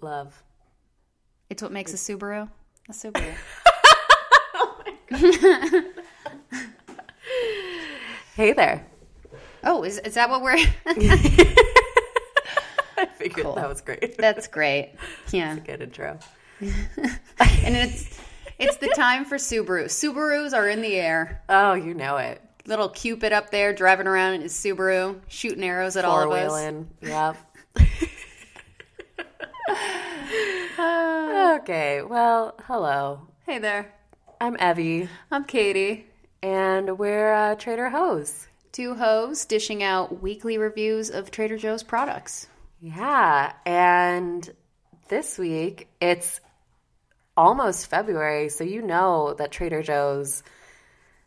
love. It's what makes a Subaru a Subaru. Hey there. oh, is, is that what we're? I figured that was great. That's great. Yeah, Good intro. and it's it's the time for Subaru. Subarus are in the air. Oh, you know it. Little Cupid up there driving around in his Subaru, shooting arrows at all Four of us. wheeling. Yep. okay. Well, hello. Hey there, I'm Evie, I'm Katie. and we're uh, Trader Joe's. Two hoes dishing out weekly reviews of Trader Joe's products. Yeah, and this week it's almost February, so you know that Trader Joe's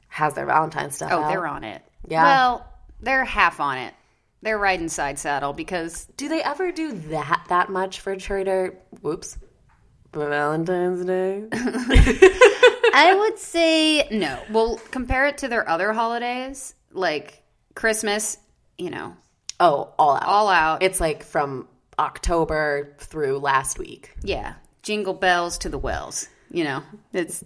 has their Valentine's stuff. Oh, out. they're on it. Yeah. Well, they're half on it. They're riding side saddle because Do they ever do that that much for Trader? Whoops, Valentine's Day. I would say no. Well, compare it to their other holidays, like Christmas, you know, oh, all out. all out. It's like from October through last week. yeah. Jingle bells to the wells, you know. It's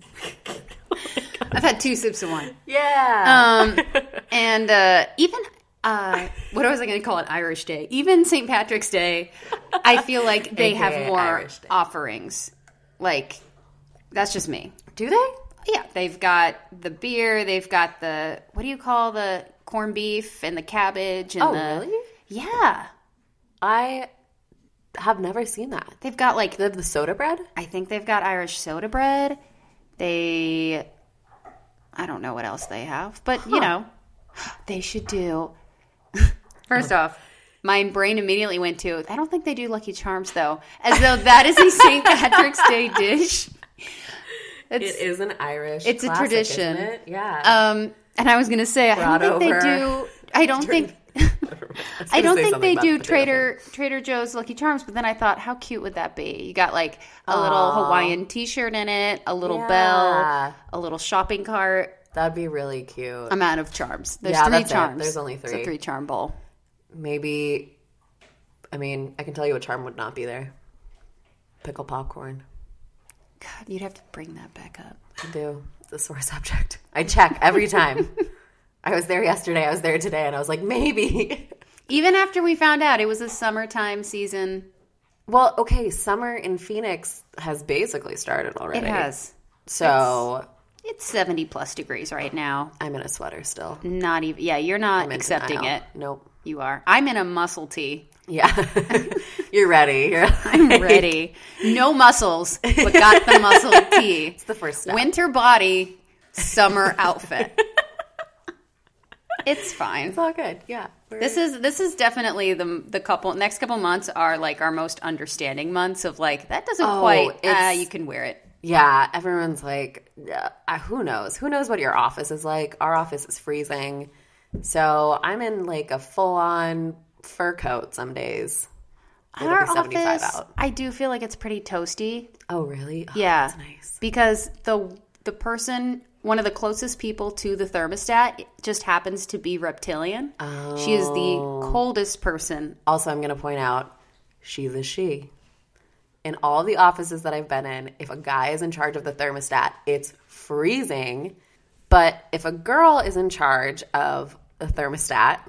Oh I've had two sips of wine. Yeah. Um and uh even uh what was I going to call it Irish Day? Even St. Patrick's Day, I feel like they have AKA more Irish Day. offerings. Like that's just me. do they? Yeah, they've got the beer. They've got the what do you call the corned beef and the cabbage and Oh, the really? yeah. I have never seen that. They've got like They have the soda bread. I think they've got Irish soda bread. They I don't know what else they have, but you know, they should do. First off, my brain immediately went to I don't think they do Lucky Charms though, as though that is a St. Patrick's Day dish. It's, It is an Irish. It's a classic, isn't tradition. it? Yeah. Um, and I was gonna say, I don't think Brought they over. do. I don't think. was gonna I don't say think something they about do the potato Trader Trader Joe's Lucky Charms. But then I thought, how cute would that be? You got like a little Hawaiian T-shirt in it, a little Yeah. bell, a little shopping cart. That'd be really cute. I'm out of charms. There's Yeah, three that's it. charms. There's only It's three. a three charm bowl. Maybe, I mean, I can tell you a charm would not be there. Pickle popcorn. God, you'd have to bring that back up. I do. It's a sore subject. I check every time. I was there yesterday. I was there today, and I was like, maybe. Even after we found out it was a summertime season, Well, okay. Summer in Phoenix has basically started it already. has. So It's 70 plus degrees right now. I'm in a sweater still. Not even. Yeah, you're not I'm in accepting denial. it. Nope. You are. I'm in a muscle tee. Yeah. You're ready. You're I'm ready. No muscles, but got the muscle tee. It's the first step. Winter body, summer outfit. it's fine. It's all good. Yeah. We're- This is this is definitely the the couple next couple months are like our most understanding months of like that doesn't Oh, quite uh, it's- you can wear it. Yeah, everyone's like, yeah, uh, who knows? Who knows what your office is like? Our office is freezing. So I'm in like a full on fur coat some days. It'll our be 75 office, out. I do feel like it's pretty toasty. Oh, really? Oh, Yeah, That's nice. because the the person, one of the closest people to the thermostat, just happens to be reptilian. She is the coldest person. Also, I'm going to point out she's a she. In all the offices that I've been in, if a guy is in charge of the thermostat, it's freezing. But if a girl is in charge of the thermostat,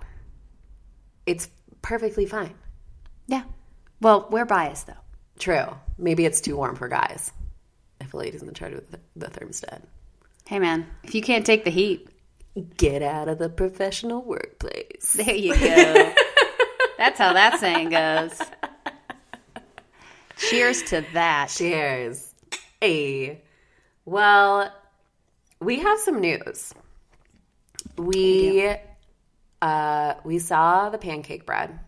it's perfectly fine. Yeah. Well, we're biased though. True. Maybe it's too warm for guys. If a lady's in charge of the, the thermostat. Hey man, if you can't take the heat, Get out of the professional workplace. there you go. That's how that saying goes. Cheers to that. Cheers. Hey. Well, we have some news. We uh we saw the pancake bread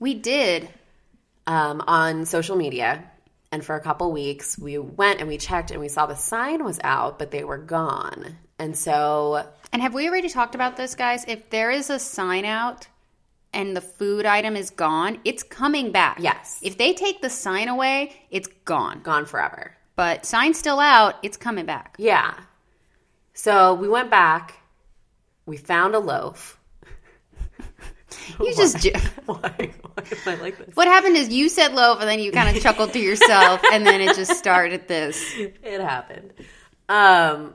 We did. um on social media and for a couple weeks we went and we checked and we saw the sign was out but they were gone. And so And have we already talked about this, guys? If there is a sign out and the food item is gone, it's coming back. Yes. If they take the sign away, it's gone. gone forever. But sign's still out, it's coming back. Yeah. So we went back. We found a loaf. You just. ju- Why? Why? I like this. What happened is you said loaf, and then you kind of chuckled to yourself, and then it just started this. It happened. Um,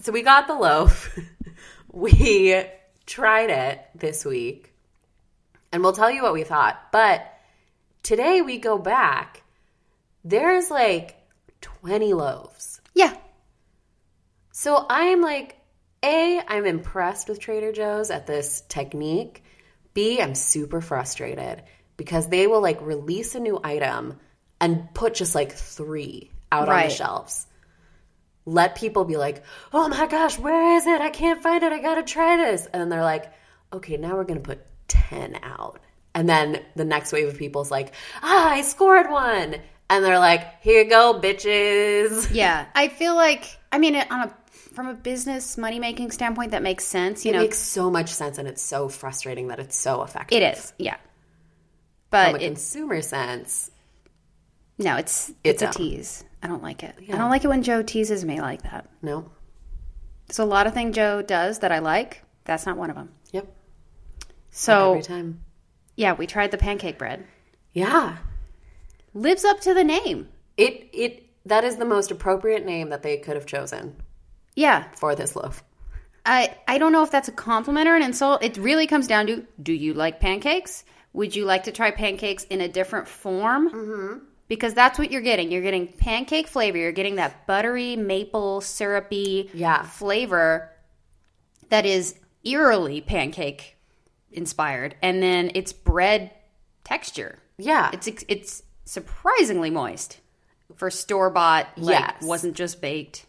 so we got the loaf. we tried it this week, and we'll tell you what we thought. But today we go back. There's like 20 loaves. Yeah, So I'm like, A, I'm impressed with Trader Joe's at this technique. B, I'm super frustrated because they will like release a new item and put just like three out on Right. the shelves. Let people be like, oh my gosh, where is it? I can't find it. I gotta try this. And then they're like, okay, now we're gonna put 10 out. And then the next wave of people's like, ah, I scored one. And they're like, here you go, bitches. yeah. I feel like I mean, on a from a business money making standpoint, that makes sense. You It know, makes so much sense, and it's so frustrating that it's so effective. it is. Yeah, From a but it's consumer sense, no, it's It's it's, out. a tease. I don't like it. I don't like it when Joe teases me like that. no. There's a lot of things Joe does that I like. That's not one of them. Yep. So Oh. Every time. yeah, we tried the pancake bread. Yeah. Lives up to the name. It it that is the most appropriate name that they could have chosen Yeah, for this loaf. I I don't know if that's a compliment or an insult. It really comes down to do you like pancakes? Would you like to try pancakes in a different form? Mm-hmm. Because that's what you're getting. You're getting pancake flavor. You're getting that buttery, maple, syrupy Yeah. flavor that is eerily pancake inspired. And then it's bread texture. Yeah. It's it's surprisingly moist for store bought. Like, Yes. wasn't just baked.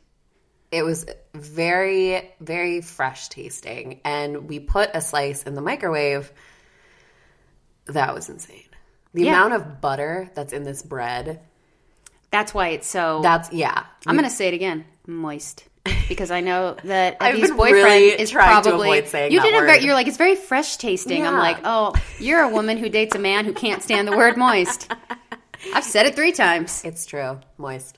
It was very, very fresh tasting. And we put a slice in the microwave. That was insane. The Yeah. amount of butter that's in this bread, That's why it's so that's yeah. I'm going to say it again. Moist. Because I know that I've Evie's been boyfriend really is trying to probably avoid saying you that did a word. very you're like it's very fresh tasting. I'm Yeah. like, oh, you're a woman who dates a man who can't stand the word moist. I've said it three times. It's true. Moist.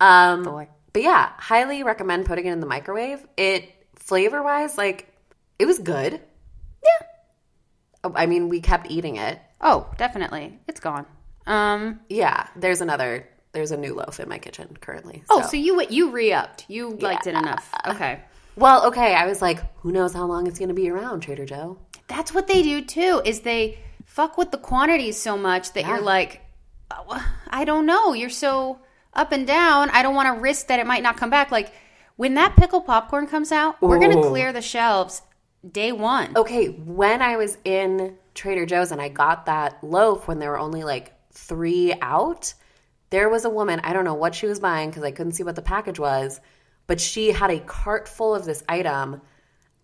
Um Boy. But yeah, highly recommend putting it in the microwave. It flavor wise, like it was good. Yeah. Oh, I mean, we kept eating it. Oh, definitely, it's gone. Um. Yeah, there's another. There's a new loaf in my kitchen currently. Oh, so- so you you re-upped. You liked it enough. Okay. well, okay. I was like, who knows how long it's going to be around, Trader Joe? That's what they do too. Is they fuck with the quantities so much that you're like, oh, I don't know. You're so up and down. I don't want to risk that it might not come back. Like when that pickle popcorn comes out, we're gonna Ooh. Oh. clear the shelves day one. Okay, when I was in Trader Joe's and I got that loaf when there were only like three out, there was a woman, I don't know what she was buying because I couldn't see what the package was, but she had a cart full of this item.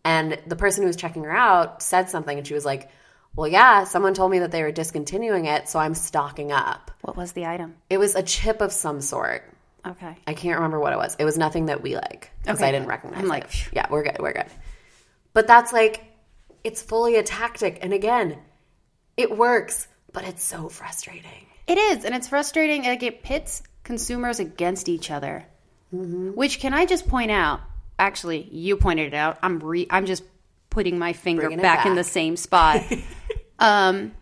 And the person who was checking her out said something and she was like, Well, yeah, someone told me that they were discontinuing it, so I'm stocking up. What was the item? It was a chip of some sort. Okay. I can't remember what it was. It was nothing that we like because Okay. I didn't recognize. I'm like, it. phew. yeah, we're good, we're good. But that's like, it's fully a tactic, and again, it works, but it's so frustrating. It is, and it's frustrating. Like it pits consumers against each other. Mm-hmm. Which can I just point out? Actually, you pointed it out. I'm re- I'm just putting my finger Bringing it back, in the back. same spot. um,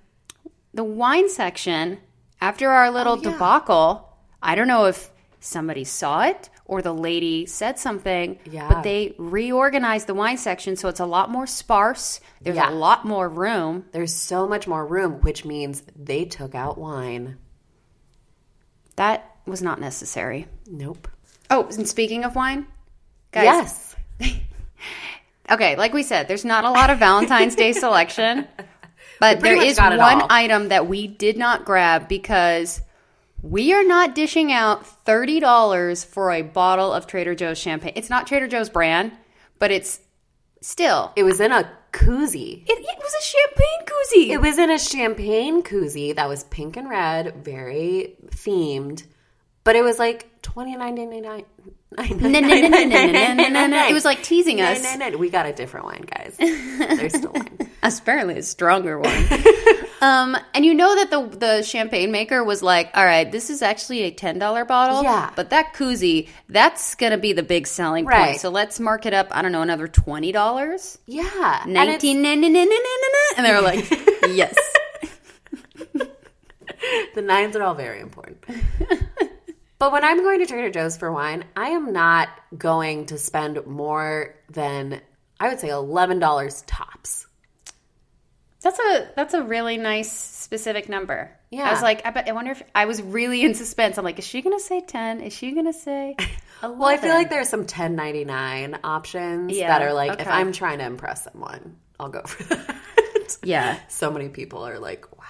the wine section after our little Oh, debacle. I don't know if somebody saw it or the lady said something, Yeah. but they reorganized the wine section so it's a lot more sparse. There's Yeah. a lot more room. There's so much more room, which means they took out wine. That was not necessary. Nope. Oh, and speaking of wine, guys. yes. Okay, like we said, there's not a lot of Valentine's Day selection, pretty but there much is got it one all. item that we did not grab because we are not dishing out thirty dollars for a bottle of Trader Joe's champagne. It's not Trader Joe's brand, but it's still It was in a koozie. it, it was a champagne koozie. It was in a champagne koozie that was pink and red, very themed, but it was like twenty nine ninety nine. It was like teasing No, us. no, no. We got a different wine, guys. There's still wine. Apparently, a stronger one. um, and you know that the the champagne maker was like, "All right, this is actually a ten dollar bottle. Yeah. but that koozie, that's gonna be the big selling Right. point. So let's mark it up. I don't know, another twenty dollars, Yeah. and it's- nineteen, and they were like, "Yes." the nines are all very important. but when I'm going to Trader Joe's for wine, I am not going to spend more than I would say eleven dollars tops. That's a that's a really nice specific number. Yeah. I was like, I bet I wonder if I was really in suspense. I'm like, is she gonna say ten? Is she gonna say eleven? Well, I feel like there's some 10.99 options Yeah, that are like if okay. I'm trying to impress someone, I'll go for that. Yeah. Um. so many people are like, wow.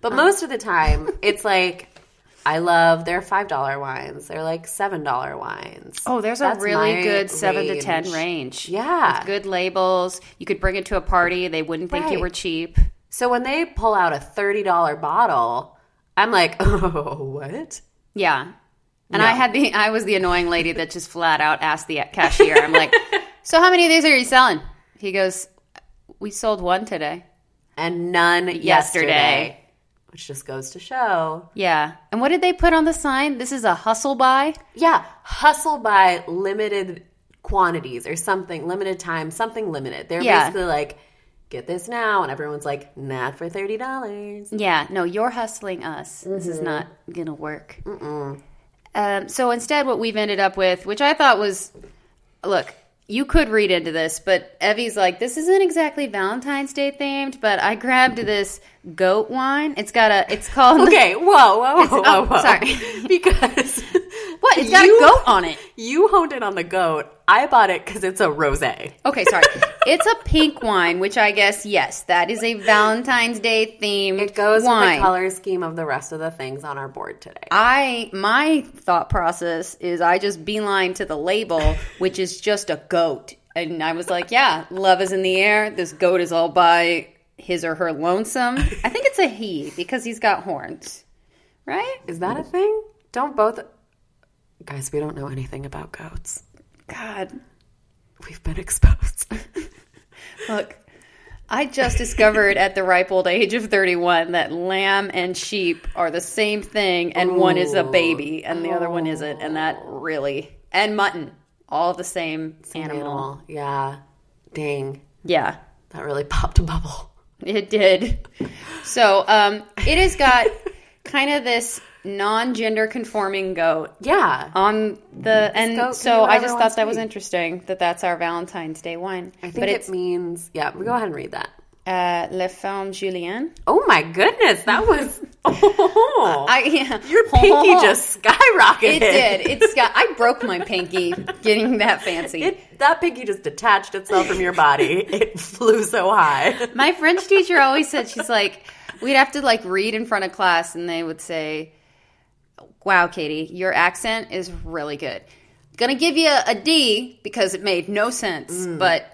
But most of the time, it's like, I love their $5 wines. They're like $7 wines. Oh, there's That's a really my good seven to range. ten range. Yeah. With good labels. You could bring it to a party. They wouldn't think Right. you were cheap. So when they pull out a $30 bottle, I'm like, oh, what? Yeah. And I had the I was the annoying lady that just flat out asked the cashier. I'm like, so how many of these are you selling? He goes, we sold one today. And none yesterday. Yesterday. Which just goes to show. Yeah. And what did they put on the sign? This is a hustle buy. Yeah, hustle by limited quantities or something, limited time, something limited. They're Yeah. basically like, get this now. And everyone's like, not for $30. Yeah, no, you're hustling us. This Mm-hmm. is not gonna work. Um, so instead, what we've ended up with, which I thought was, look, you could read into this, but Evie's like, this isn't exactly Valentine's Day themed, but I grabbed this goat wine. It's got a, it's called Okay, whoa, whoa, whoa, oh, whoa, whoa. sorry. because what? It's got You- a goat on it. you honed in on the goat. I bought it because it's a rosé. Okay, sorry. it's a pink wine, which I guess yes, that is a Valentine's Day themed. It goes with wine. the color scheme of the rest of the things on our board today. I my thought process is I just beeline to the label, which is just a goat. And I was like, yeah, love is in the air. This goat is all by his or her lonesome. I think it's a he because he's got horns. Right? Is that a thing? Don't both guys? We don't know anything about goats. God. We've been exposed. Look. I just discovered at the ripe old age of 31 that lamb and sheep are the same thing and one is a baby and the other one isn't and that really and mutton all the same animal. Animal, yeah. Dang, Yeah. that really popped a bubble. It did. So um, it has got kind of this non-gender conforming goat Yeah, on the, and goat can so be I just whatever it thought wants that to was be. interesting that that's our Valentine's Day wine. I think but it it's means. Yeah, we go ahead and read that. uh, Le Femme Julienne. Oh my goodness, that was. Oh, I yeah, Oh, your pinky just skyrocketed. it did. It's got. I broke my pinky getting that fancy. It, that pinky just detached itself from your body. it flew so high. My French teacher always said she's like, we'd have to like read in front of class, and they would say, "Wow, Katie, your accent is really good. Gonna give you a D because it made no sense, but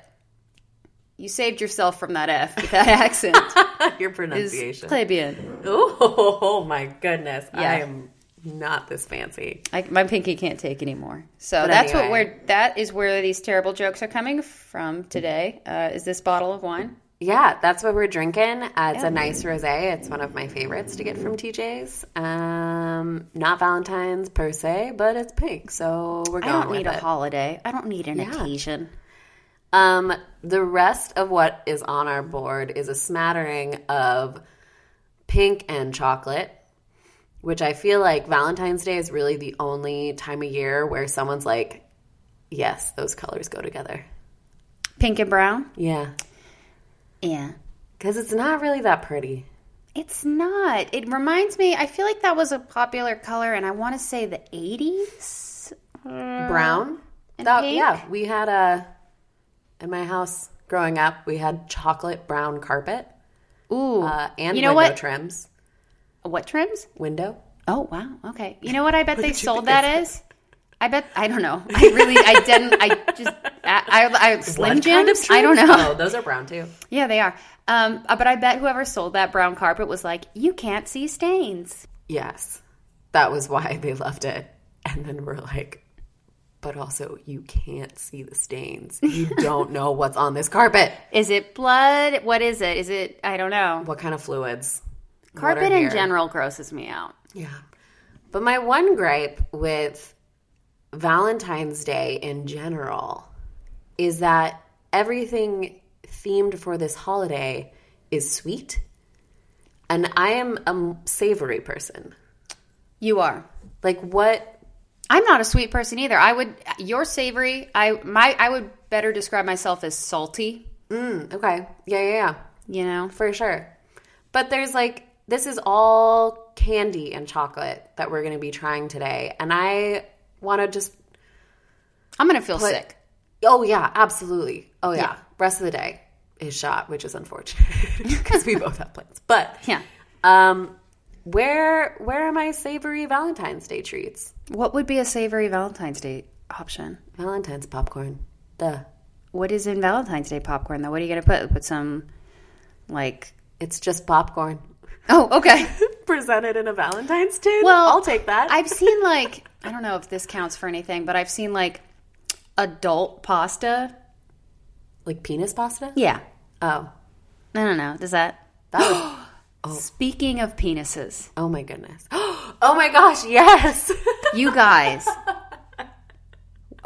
you saved yourself from that F with that accent. Your It's pronunciation. plebeian. Ooh, oh my goodness. Yeah. I am not this fancy. I, my pinky can't take anymore. So that's what anyway. we're. That is where these terrible jokes are coming from today. Uh, is this bottle of wine? Yeah, that's what we're drinking. Uh, it's a nice rosé. It's one of my favorites to get from TJ's. Um, not Valentine's per se, but it's pink, so we're I going don't with need it. a holiday. I don't need an occasion. Um, the rest of what is on our board is a smattering of pink and chocolate, which I feel like Valentine's Day is really the only time of year where someone's like, yes, those colors go together. Pink and brown. Yeah. Yeah. Because it's not really that pretty. It's not. It reminds me, I feel like that was a popular color, and I want to say the 80s. Brown? Mm. And pink? Yeah. We had a, in my house growing up, we had chocolate brown carpet Ooh. uh, and You know window what? trims. what trims? Window? Oh, wow. Okay. You know what I bet they sold that as? I bet, I don't know. I really, I didn't, I just, I, I, I Slim What Jims? kind of I don't trims? know. Oh, those are brown too. Yeah, they are. Um, uh, but I bet whoever sold that brown carpet was like, you can't see stains. Yes. That was why they left it. And then we're like, but also, you can't see the stains. You don't know what's on this carpet. Is it blood? What is it? Is it, I don't know. What kind of fluids? What are Carpet in here? general grosses me out. Yeah. But my one gripe with Valentine's Day in general is that everything themed for this holiday is sweet. And I am a savory person. You are. Like what? I'm not a sweet person either. I would you're savory. I my I would better describe myself as salty, Mm, okay. Yeah, yeah, yeah. you know. For sure. But there's like this is all candy and chocolate that we're going to be trying today, and I want to just I'm going to feel sick. Oh yeah, absolutely. Oh yeah. Rest of the day is shot, which is unfortunate because we both have plans. But Yeah. um, where where are my savory Valentine's Day treats? What would be a savory Valentine's Day option? Valentine's popcorn. Duh. What is in Valentine's Day popcorn though? What are you going to put? Put some like It's just popcorn Oh, okay. presented in a Valentine's tin. Well, I'll take that. I've seen like I don't know if this counts for anything, but I've seen like adult pasta. like penis pasta. Yeah. Oh, I don't know. Does that? that would, Speaking of penises, oh my goodness. Oh my gosh, yes. you guys.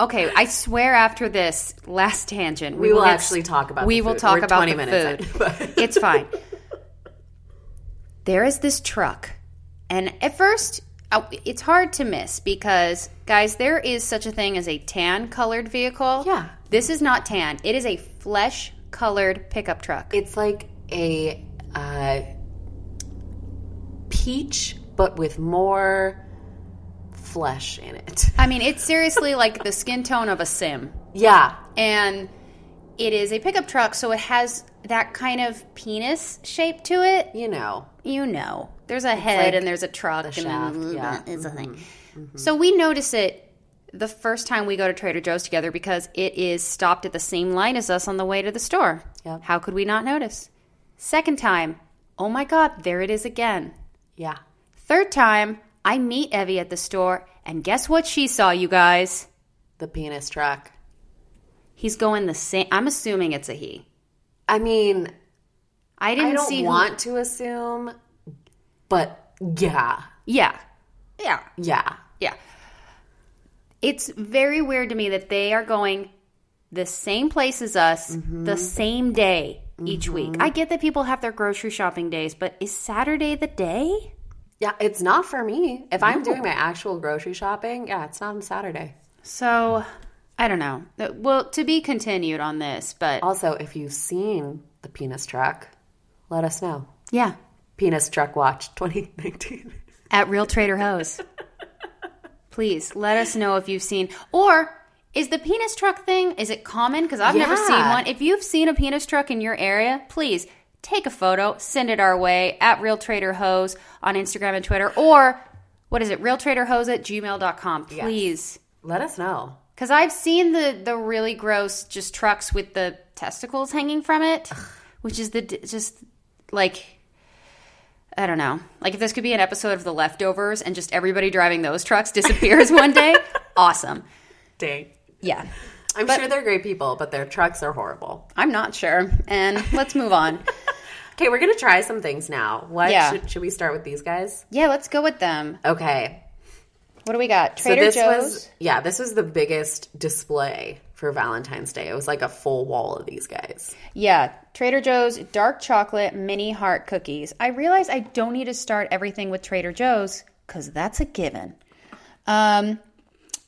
Okay, I swear after this last tangent, we will get- actually talk about. the we will food. talk We're about 20 the minutes in, food. but- it's fine. There is this truck, and at first, I- it's hard to miss because, guys, there is such a thing as a tan colored vehicle. Yeah. This is not tan, it is a flesh colored pickup truck. It's like a uh, peach, but with more flesh in it. I mean, it's seriously like the skin tone of a sim. Yeah, and it is a pickup truck, so it has that kind of penis shape to it. you know. You know, there's a head like and there's a truck and shaft, then yeah. Mm-hmm. it's a thing. So we notice it the first time we go to Trader Joe's together because it is stopped at the same line as us on the way to the store. Yep. How could we not notice? Second time, oh my God, there it is again. Yeah. Third time, I meet Evie at the store, and guess what she saw, you guys? The penis truck. He's going the same. I'm assuming it's a he. I mean, I didn't I don't see who- want to assume, but yeah. Yeah. Yeah. Yeah. Yeah. It's very weird to me that they are going the same place as us the same day each week. I get that people have their grocery shopping days, but is Saturday the day? Yeah, it's not for me. If I'm doing my actual grocery shopping, yeah, it's not on Saturday. So, I don't know. Uh, Well, to be continued on this, but Also, if you've seen the penis truck, let us know. yeah, Penis Truck Watch 2019. at Real Trader Hose. Please let us know if you've seen or is the penis truck thing is it common cuz I've never seen Yeah. one. If you've seen a penis truck in your area, please take a photo, send it our way at Real Trader Hose on Instagram and Twitter or what is it? Real Trader Hose at gmail.com. Please. let us know. Cuz I've seen the the really gross just trucks with the testicles hanging from it, which is the d- just like I don't know. Like if this could be an episode of The Leftovers and just everybody driving those trucks disappears one day, awesome. Dang. Yeah. I'm sure they're great people, but their trucks are horrible. I'm not sure. And let's move on. Okay, we're gonna try some things now. What Yeah. should, should we start with these guys? Yeah, let's go with them. Okay, What do we got? Trader this Joe's. was yeah, this was the biggest display for Valentine's Day. It was like a full wall of these guys. Yeah, Trader Joe's dark chocolate mini heart cookies. I realize I don't need to start everything with Trader Joe's because that's a given. Um,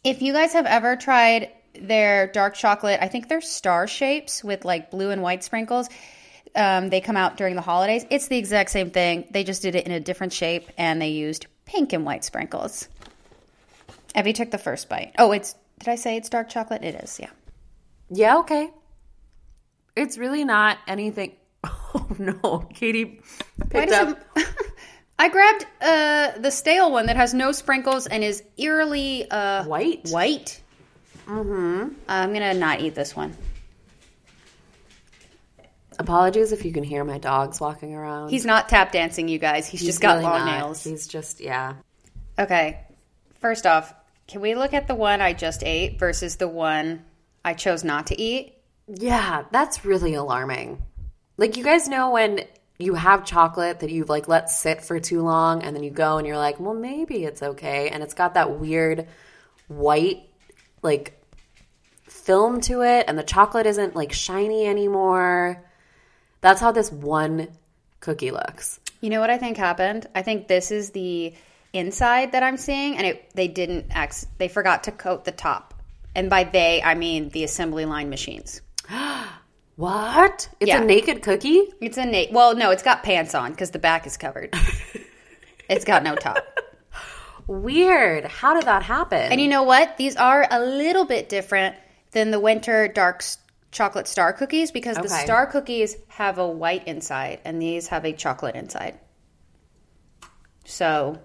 if you guys have ever tried their dark chocolate, I think they're star shapes with like blue and white sprinkles. Um, they come out during the holidays. It's the exact same thing. They just did it in a different shape and they used pink and white sprinkles. Evie took the first bite. Oh, it's did I say it's dark chocolate? It is. Yeah. Yeah, okay. It's really not anything. Oh no, Katie Why picked does up. it- I grabbed uh, the stale one that has no sprinkles and is eerily uh, White? White. Mm-hmm. I'm gonna not eat this one. Apologies if you can hear my dogs walking around. He's not tap dancing, you guys. He's, He's just got really long not. nails. He's just yeah. Okay. First off, can we look at the one I just ate versus the one I chose not to eat? Yeah, that's really alarming. Like you guys know when you have chocolate that you've like let sit for too long and then you go and you're like, "Well, maybe it's okay." And it's got that weird white like film to it and the chocolate isn't like shiny anymore. That's how this one cookie looks. You know what I think happened? I think this is the inside that I'm seeing, and it, they didn't. Ex- they forgot to coat the top, and by they I mean the assembly line machines. What? It's Yeah. a naked cookie? It's a na- well, no, it's got pants on because the back is covered. it's got no top. Weird. How did that happen? And you know what? These are a little bit different than the winter dark s- chocolate star cookies because the Okay. star cookies have a white inside and these have a chocolate inside. So,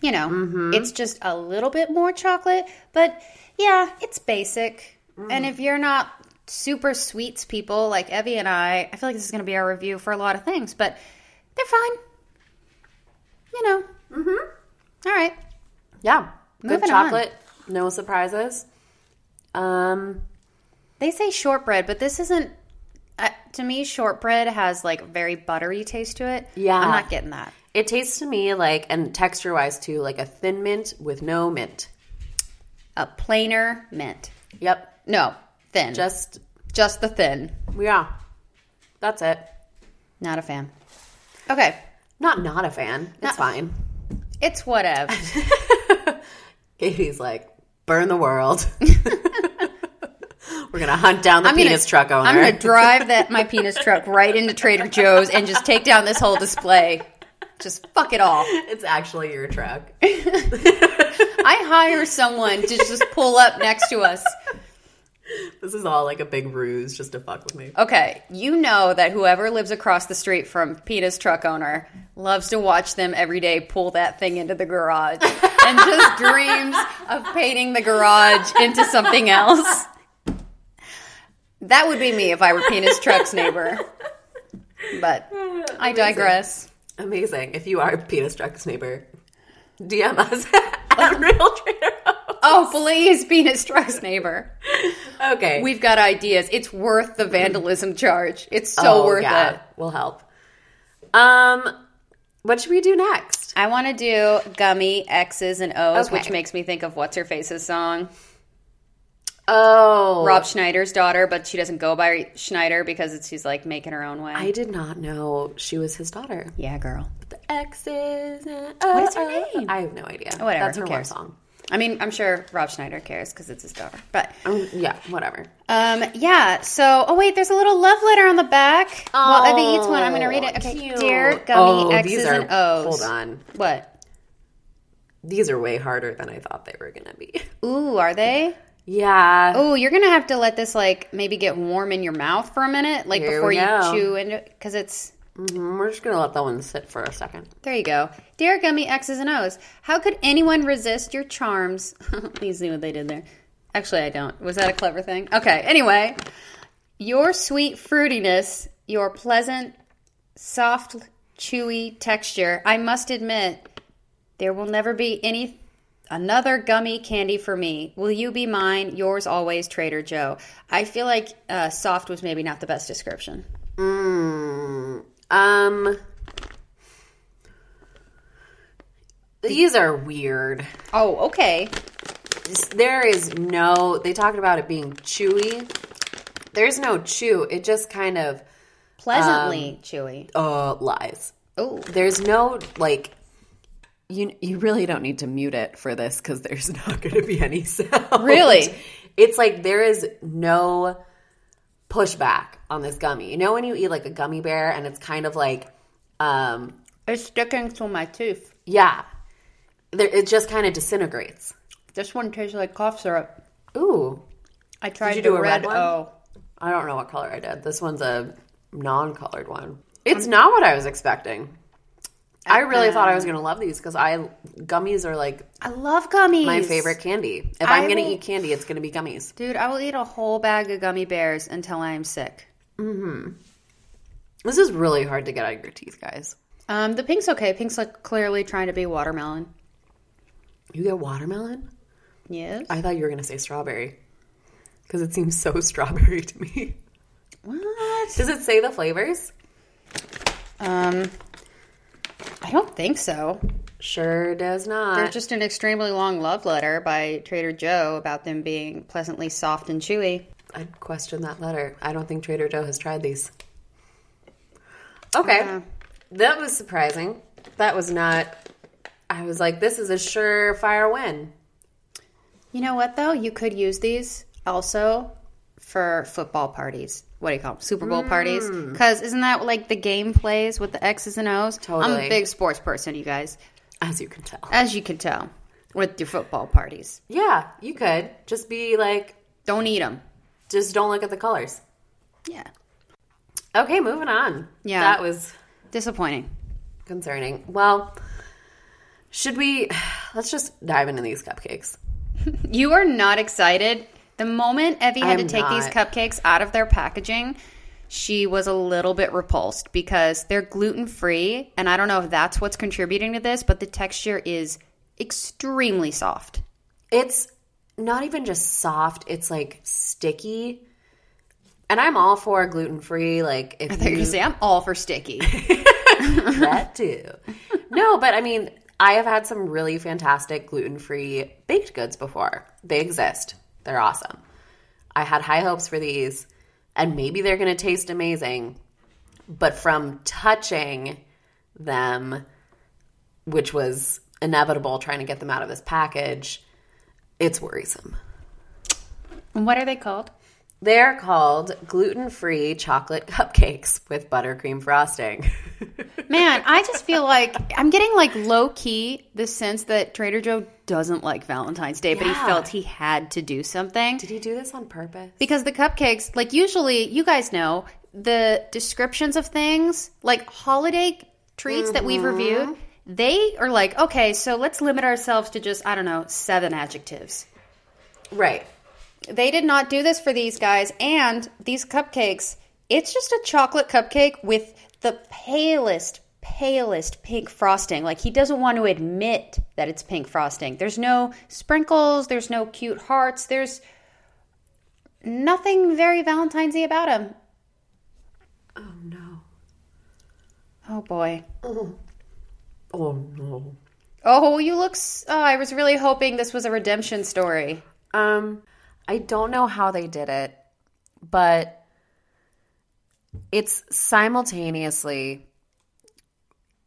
you know, it's just a little bit more chocolate, but yeah, it's basic. And if you're not super sweets people like Evie and I, I feel like this is going to be our review for a lot of things, but they're fine. You know. Mhm. All right. yeah. Good Moving on. chocolate. No surprises. Um, They say shortbread, but this isn't. Uh, to me, shortbread has like very buttery taste to it. Yeah. I'm not getting that. it tastes to me like, and texture wise too, like a thin mint with no mint. A plainer mint. Yep. No, thin. Just Just, just the thin. yeah. That's it. Not a fan. Okay, Not not a fan. It's fine. it's whatever. Katie's like, burn the world. We're gonna hunt down the I'm gonna- penis truck owner. I'm gonna drive that my penis truck right into Trader Joe's and just take down this whole display. Just fuck it all. it's actually your truck. I hire someone to just pull up next to us. This is all like a big ruse just to fuck with me. Okay, you know that whoever lives across the street from Penis truck owner loves to watch them every day pull that thing into the garage and just dreams of painting the garage into something else. That would be me if I were Penis truck's neighbor. But I digress. Amazing. If you are penis truck's neighbor, DM us at Um, Real Trader Joe's. Oh, please, Penis truck's neighbor. Okay. We've got ideas. It's worth the vandalism charge. It's so Oh, worth yeah. it. We'll help. Um, what should we do next? I want to do gummy X's and O's, Okay. which makes me think of what's her face's song, Oh, Rob Schneider's daughter, but she doesn't go by Schneider because it's she's like making her own way. I did not know she was his daughter. yeah, girl. The X's. And, What is her name? Oh, I have no idea. whatever. That's Who her war cares? song. I mean, I'm sure Rob Schneider cares because it's his daughter. But Um, yeah, whatever. um, yeah. So, oh wait, there's a little love letter on the back. Oh, well, Evie eats one. I'm going to read it. Okay, Cute. dear gummy Oh, X's these are- and O's. Hold on. What? These are way harder than I thought they were going to be. Ooh, are they? Yeah. Oh, you're gonna have to let this like maybe get warm in your mouth for a minute, like Here we before you go. chew into, because it's Mhm, We're just going to let that one sit for a second. There you go. Dear Gummy X's and O's, how could anyone resist your charms? you see what they did there. Actually, I don't. Was that a clever thing? Okay, anyway. Your sweet fruitiness, your pleasant, soft, chewy texture. I must admit, there will never be any another gummy candy for me. Will you be mine? Yours always, Trader Joe. I feel like uh, soft was maybe not the best description. Mm, um, these are weird. Oh, okay. This- There is no. They talked about it being chewy. There's no chew. It just kind of Pleasantly chewy. uh lies. Oh. There's no like. You you really don't need to mute it for this because there's not going to be any sound. Really? it's like there is no pushback on this gummy. You know when you eat like a gummy bear and it's kind of like um It's sticking to my tooth. Yeah. There, it just kind of disintegrates. This one tastes like cough syrup. Ooh. I tried you the do a red red, one? O. I don't know what color I did. This one's a non colored one. It's not what I was expecting. I really thought I was going to love these because I gummies are like I love gummies. my favorite candy. If I I'm going to will- eat candy, it's going to be gummies. Dude, I will eat a whole bag of gummy bears until I am sick. This is really hard to get out of your teeth, guys. Um, the pink's okay. Pink's like clearly trying to be watermelon. You get watermelon? Yes. I thought you were going to say strawberry because it seems so strawberry to me. What? Does it say the flavors? Um, I don't think so. Sure does There's not. just an extremely long love letter by Trader Joe about them being pleasantly soft and chewy. I'd question that letter. I don't think Trader Joe has tried these. Okay. Yeah. That was surprising. That was not. I was like, this is a surefire win. You know what though? You could use these also for football parties. What do you call them? Super Bowl parties? Because isn't that like the game plays with the X's and O's? I'm Totally. a big sports person, you guys, As you can tell. as you can tell with your football parties. Yeah, you could just be like, Don't eat them. just don't look at the colors. Yeah, Okay, moving on. Yeah. that was disappointing. concerning. Well, should we? Let's just dive into these cupcakes. You are not excited. The moment Evie had I'm to take not. these cupcakes out of their packaging, she was a little bit repulsed because they're gluten free. And I don't know if that's what's contributing to this, but the texture is extremely soft. It's not even just soft, it's like sticky. And I'm all for gluten free, like if They're going you to say, I'm all for sticky. that too. No, but I mean, I have had some really fantastic gluten free baked goods before. They exist, they're awesome. I had high hopes for these, and maybe they're going to taste amazing. But from touching them, which was inevitable trying to get them out of this package, it's worrisome. And what are they called? They're called gluten free chocolate cupcakes with buttercream frosting. Man, I just feel like I'm getting like low key the sense that Trader Joe doesn't like Valentine's Day, but he Yeah. felt he had to do something. Did he do this on purpose? Because the cupcakes, like usually, you guys know the descriptions of things, like holiday treats that we've reviewed, they are like, okay, so let's limit ourselves to just, I don't know, seven adjectives. Right. They did not do this for these guys. And these cupcakes, it's just a chocolate cupcake with the palest, palest pink frosting. Like, he doesn't want to admit that it's pink frosting. There's no sprinkles, there's no cute hearts, there's nothing very Valentine's y about him. Oh no. Oh boy. Oh no. Oh, you look. s- Oh, I was really hoping this was a redemption story. Um, I don't know how they did it, but it's simultaneously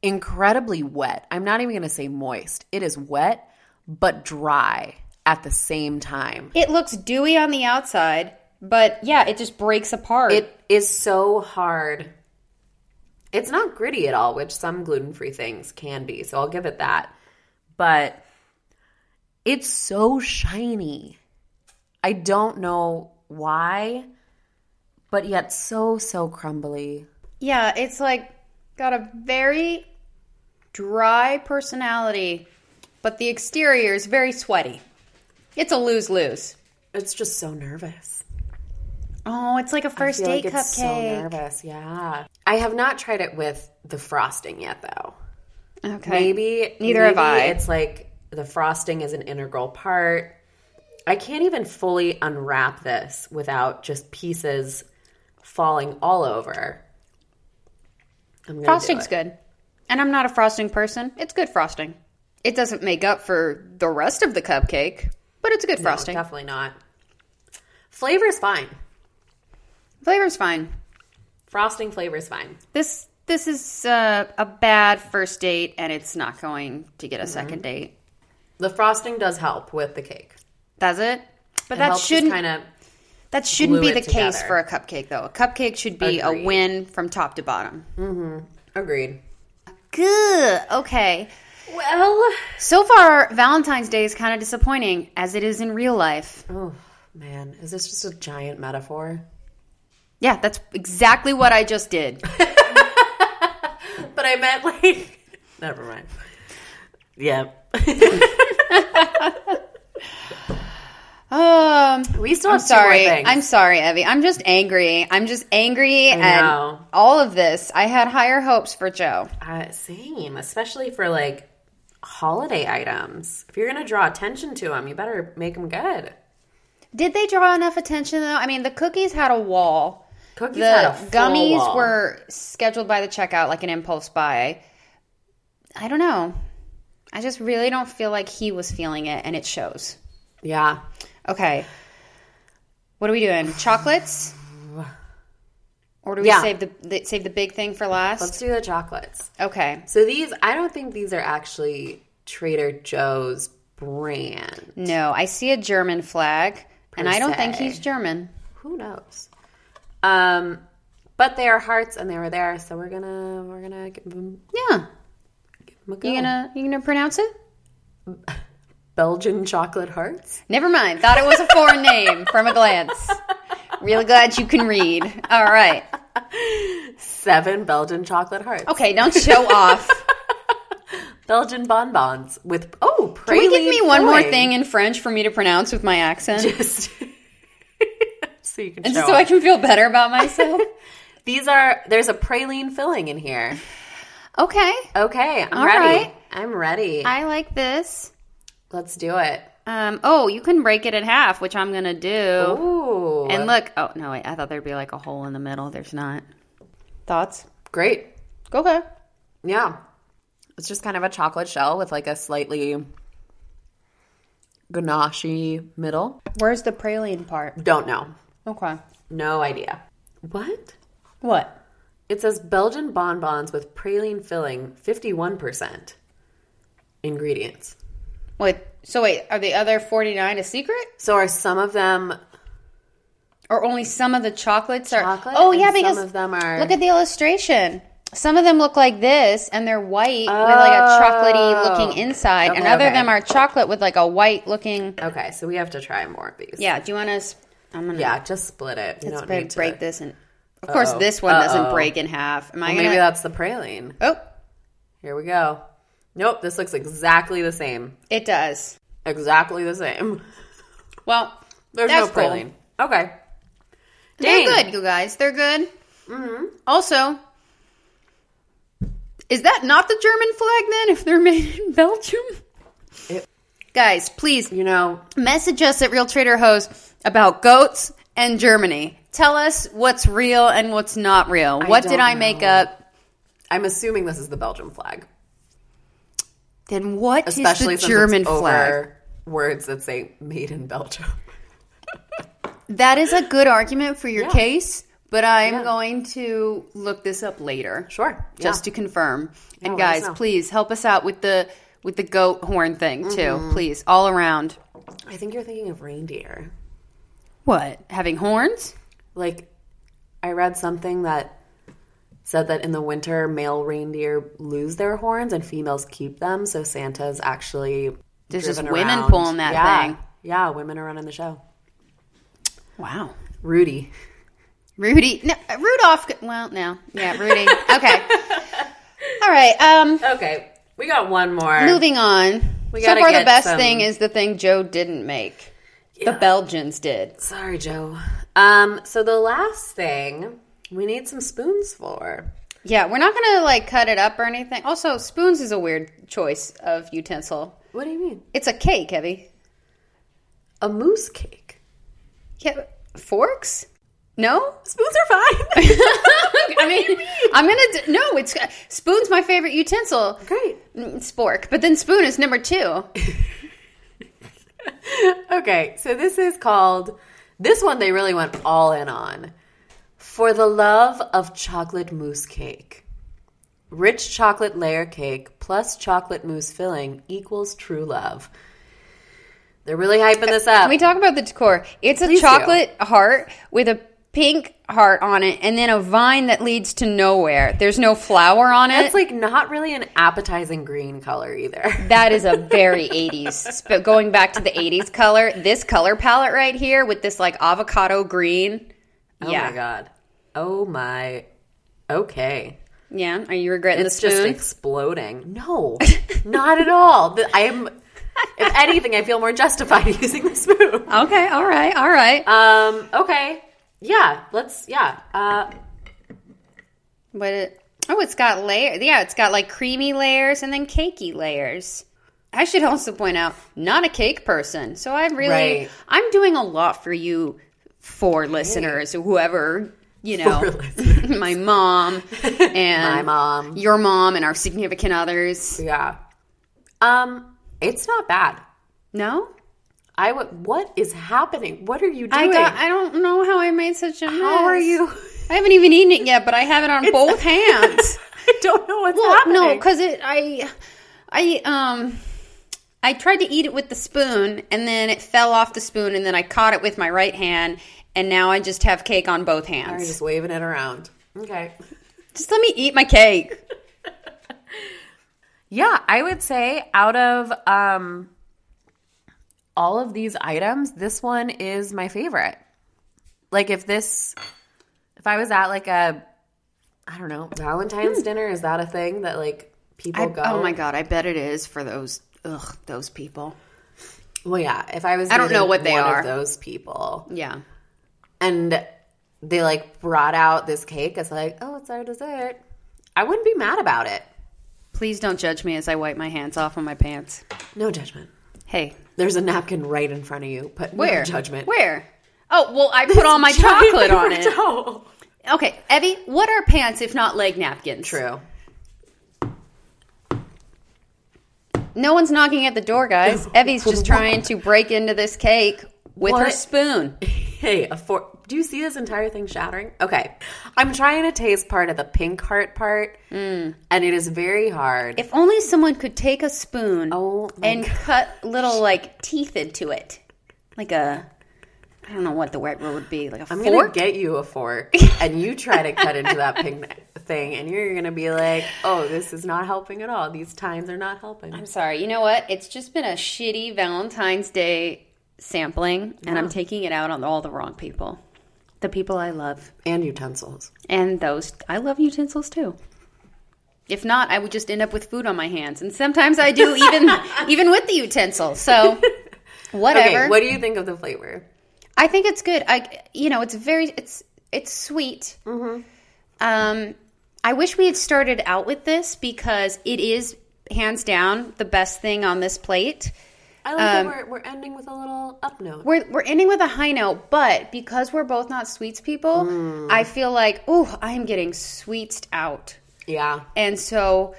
incredibly wet. I'm not even going to say moist. It is wet, but dry at the same time. It looks dewy on the outside, but yeah, it just breaks apart. It is so hard. It's not gritty at all, which some gluten free things can be. So I'll give it that. But it's so shiny. I don't know why, but yet so, so crumbly. Yeah, it's like got a very dry personality, but the exterior is very sweaty. It's a lose lose. It's just so nervous. Oh, it's like a first feel date like it's so cupcake. nervous. Yeah. I have not tried it with the frosting yet, though. okay. Maybe Neither maybe have I. It's like the frosting is an integral part. I can't even fully unwrap this without just pieces falling all over. I'm gonna Frosting's do it. good. And I'm not a frosting person. It's good frosting. It doesn't make up for the rest of the cupcake, but it's good No, frosting. definitely not. Flavor's fine. Flavor's fine. Frosting flavor's fine. This this is uh, a bad first date and it's not going to Mm-hmm. get a second date. The frosting does help with the cake. Does it? But It that helps just shouldn't kind of That shouldn't glue be it the case together. for a cupcake, though. A cupcake should be a Agreed. win from top to bottom. agreed. Good. Okay. Well, So far, Valentine's Day is kind of disappointing, as it is in real life. oh man, is this just a giant metaphor? Yeah, that's exactly what I just did. But I meant like. Never mind. Yeah. Um, We still I'm have two more sorry. things. I'm sorry, Evie. I'm just angry. I'm just angry and know. all of this. I had higher hopes for Joe. Uh, same, especially for like holiday items. If you're gonna draw attention to them, you better make them good. Did they draw enough attention, though? I mean, the cookies had a wall. Cookies had a the full gummies wall. were scheduled by the checkout like an impulse buy. I don't know. I just really don't feel like he was feeling it and it shows. yeah. Okay. What are we doing? Chocolates? Or do we Yeah. save the, the save the big thing for last? Let's do the chocolates. okay. So these, I don't think these are actually Trader Joe's brand. No, I see a German flag, and I don't think he's German. Who knows? Um, but they are hearts, and they were there, so we're gonna we're gonna give them, Yeah, give them a go. you gonna you gonna pronounce it? Belgian chocolate hearts. Never mind. Thought it was a foreign name from a glance. Really glad you can read. All right. Seven Belgian chocolate hearts. Okay, don't show off. Belgian bonbons with oh, Can you give praline me one more filling. thing in French for me to pronounce with my accent? Just so you can And show. so I can feel better about myself. These are there's a praline filling in here. Okay. Okay, I'm All ready. right. I'm ready. I like this. Let's do it. Um, oh, you can break it in half, which I'm gonna do. Ooh, And look, oh no, wait, I thought there'd be like a hole in the middle. There's not. Thoughts? great. Go ahead. Yeah. It's just kind of a chocolate shell with like a slightly ganache middle. Where's the praline part? Don't know. Okay. No idea. What? What? It says Belgian bonbons with praline filling, 51% ingredients. Wait. So wait, are the other 49 a secret? So are some of them Or only some of the chocolates are chocolate? Oh yeah, and because some of them are look at the illustration. Some of them look like this and they're white with like a chocolatey looking inside Oh. and Okay, other okay. them are chocolate with like a white looking Okay, so we have to try more of these. Yeah, do you want us I'm gonna Yeah, just split it. We let's don't break, need to. break this and of course Uh-oh. this one doesn't Uh-oh. break in half. Am I Maybe gonna that's the praline. Oh, Here we go. Nope, this looks exactly the same. it does. Exactly the same. Well, There's That's no cool. praline. Okay. Dang. Mm-hmm. They're good, you guys. They're good. Also, is that not the German flag then? If they're made in Belgium, It- guys, please You know, message us at Real Trader Hose about goats and Germany. Tell us what's real and what's not real. what did don't I make know. up? I'm assuming this is the Belgian flag, Then what is especially the since German it's over flag? words that say "made in Belgium." That is a good argument for your Yeah. case, but I'm going to look this up later. Sure, yeah. just to confirm. and let us guys, know. please help us out with the with the goat horn thing too, Mm-hmm. please, all around. I think you're thinking of reindeer. What having horns? Like, I read something that said that in the winter, male reindeer lose their horns and females keep them. So Santa's actually There's just driven women around- pulling that yeah, thing. Yeah, women are running the show. Wow, Rudy, Rudy, no, Rudolph. Well, no, yeah, Rudy. Okay, all right. Um, Okay, we got one more. moving on. so gotta far, the get best some- thing is the thing Joe didn't make. The Belgians did. Sorry, Joe. Um, so the last thing we need some spoons for. Yeah, we're not gonna like cut it up or anything. Also, spoons is a weird choice of utensil. What do you mean? It's a cake, heavy. A moose cake. Yeah, forks? No, Spoons are fine. I mean, I'm gonna d- no. It's uh, spoon's my favorite utensil. Great. Mm, Spork, but then spoon is number two. Okay, so this is called, this one they really went all in on. For the love of chocolate mousse cake. Rich chocolate layer cake plus chocolate mousse filling equals true love. They're really hyping this up. Can we talk about the decor? It's a Please do. chocolate heart with a pink heart on it, and then a vine that leads to nowhere. There's no flower on it. It's like not really an appetizing green color either. Oh that is a very 80s. Sp- going back to the 80s color, this color palette right here with this like avocado green. Oh yeah. my god. Oh my. Okay. Yeah. Are you regretting It's the just spoon? exploding. No, not at all. Th- I'm. If anything, I feel more justified using the spoon. okay. All right. All right. Um. Okay. Yeah. Let's. Yeah. Uh. But it, oh, it's got layer. Yeah, it's got like creamy layers and then cakey layers. I should also point out, not a cake person, so I'm really Right. I'm doing a lot for you, for listeners, whoever you know, my mom and My mom. your mom, and our significant others. Yeah. Um. It's not bad. No, I would. What is happening? What are you I doing? got. I don't know how I made such a mess. How are you? I haven't even eaten it yet, but I have it on both hands. I don't know what's Well, happening. no, because it I I um I tried to eat it with the spoon and then it fell off the spoon and then I caught it with my right hand and now I just have cake on both You're hands. just waving it around. Okay. Just let me eat my cake. Yeah, I would say out of um all of these items, this one is my favorite. Like if this if I was at like a I don't know, Valentine's dinner, is that a thing that like people I- go? Hmm. oh my god, I bet it is for those ugh, those people. Well, yeah, if I was don't dating know what they one are. of those people. Yeah. And they like brought out this cake, it's like, "Oh, it's our dessert." I wouldn't be mad about it. Please don't judge me as I wipe my hands off on my pants. No judgment. Hey, There's a napkin right in front of you, but where? no judgment. Where? Oh, well, I put all my chocolate on it. Towel. Okay, Evie, what are pants if not leg napkins? True. No one's knocking at the door, guys. Evie's just trying to break into this cake with her What? spoon. Hey, a four. Do you see this entire thing shattering? Okay, I'm trying to taste part of the pink heart part, and it is very hard. Hmm. If only someone could take a spoon Oh my and cut little like teeth into it, like a I don't know what the right word would be, like a I'm fork. gonna get you a fork, and you try to cut into that pink thing, and you're gonna be like, "Oh, this is not helping at all. These tines are not helping." I'm sorry. You know what? It's just been a shitty Valentine's Day sampling, and I'm taking it out on all the wrong people, the people I love, And utensils. and those I love utensils too. If not, I would just end up with food on my hands, and sometimes I do even even with the utensils. So whatever. Okay, what do you think of the flavor? I think it's good. I you know, it's very it's it's sweet. Mm-hmm. Um, I wish we had started out with this because it is hands down the best thing on this plate. I like that Um, we're, we're ending with a little up note. We're we're ending with a high note, but because we're both not sweets people, I feel like oh, I am getting sweetsed out, Yeah, and so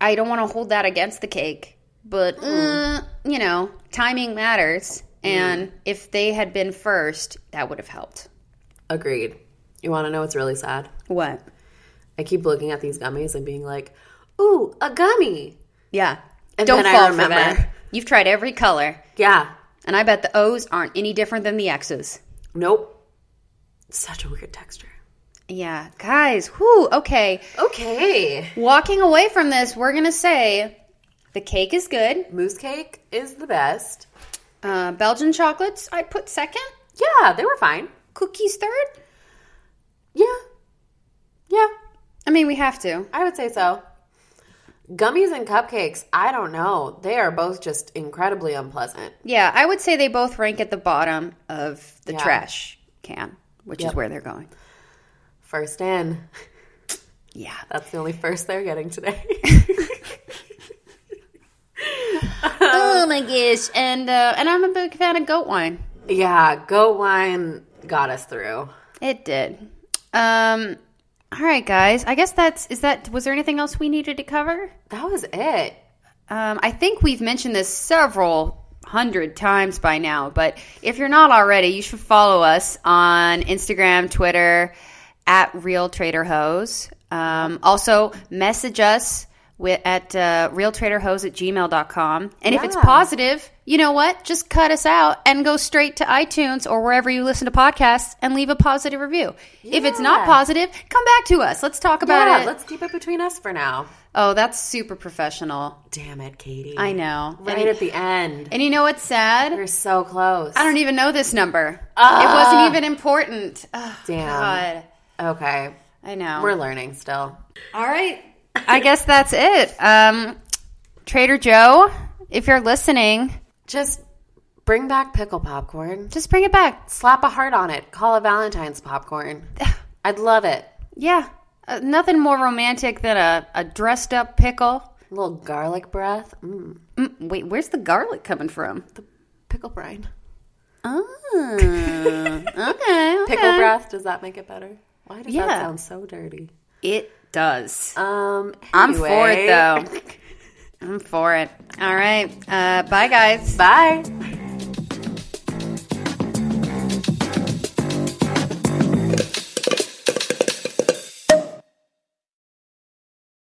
I don't want to hold that against the cake. Mm. But uh, you know, timing matters, and if they had been first, that would have helped. agreed. You want to know what's really sad? What? I keep looking at these gummies and being like, "Ooh, a gummy." Yeah. And Don't then I fall for remember. that. You've tried every color, Yeah. and I bet the O's aren't any different than the X's. Nope. Such a weird texture. Yeah, guys. Whoo. Okay. Okay. Walking away from this, we're gonna say the cake is good. Moose cake is the best. Uh, Belgian chocolates, I put second. Yeah, they were fine. Cookies third. Yeah. Yeah, I mean, we have to. I would say so. Gummies and cupcakes, I don't know. They are both just incredibly unpleasant. Yeah, I would say they both rank at the bottom of the Yeah. trash can, which Yep. is where they're going. First in. Yeah. That's the only first they're getting today. oh my gosh! And uh, and I'm a big fan of goat wine. yeah, goat wine got us through. It did. Um. All right, guys. I guess that's is that. Was there anything else we needed to cover? That was it. Um, I think we've mentioned this several hundred times by now, but if you're not already, you should follow us on Instagram, Twitter, at Real Trader Hose. Um, also, message us with, at uh, realtraderhose at gmail.com. And if it's Yeah. positive, you know what? Just cut us out and go straight to iTunes or wherever you listen to podcasts and leave a positive review. If it's not Yeah. positive, come back to us. Let's talk about Yeah, it. let's keep it between us for now. oh, that's super professional. Damn it, Katie. I know. Right And- at the end. and you know what's sad? We're so close. I don't even know this number. it wasn't even important. Oh, Ah. Damn. God. Okay. I know. We're learning still. All right. I guess that's it. Um, Trader Joe, if you're listening, Just bring back pickle popcorn. just bring it back. Slap a heart on it. Call it Valentine's popcorn. I'd love it. Yeah. Uh, nothing more romantic than a, a dressed up pickle. A little garlic breath. Mm, Mm, wait, where's the garlic coming from? the pickle brine. Oh, okay. okay. Ah. Pickle breath. Does that make it better? Why does that Yeah. sound so dirty? It does. Um, I'm for it, anyway. though. I'm for it. All right. Uh, bye, guys. Bye.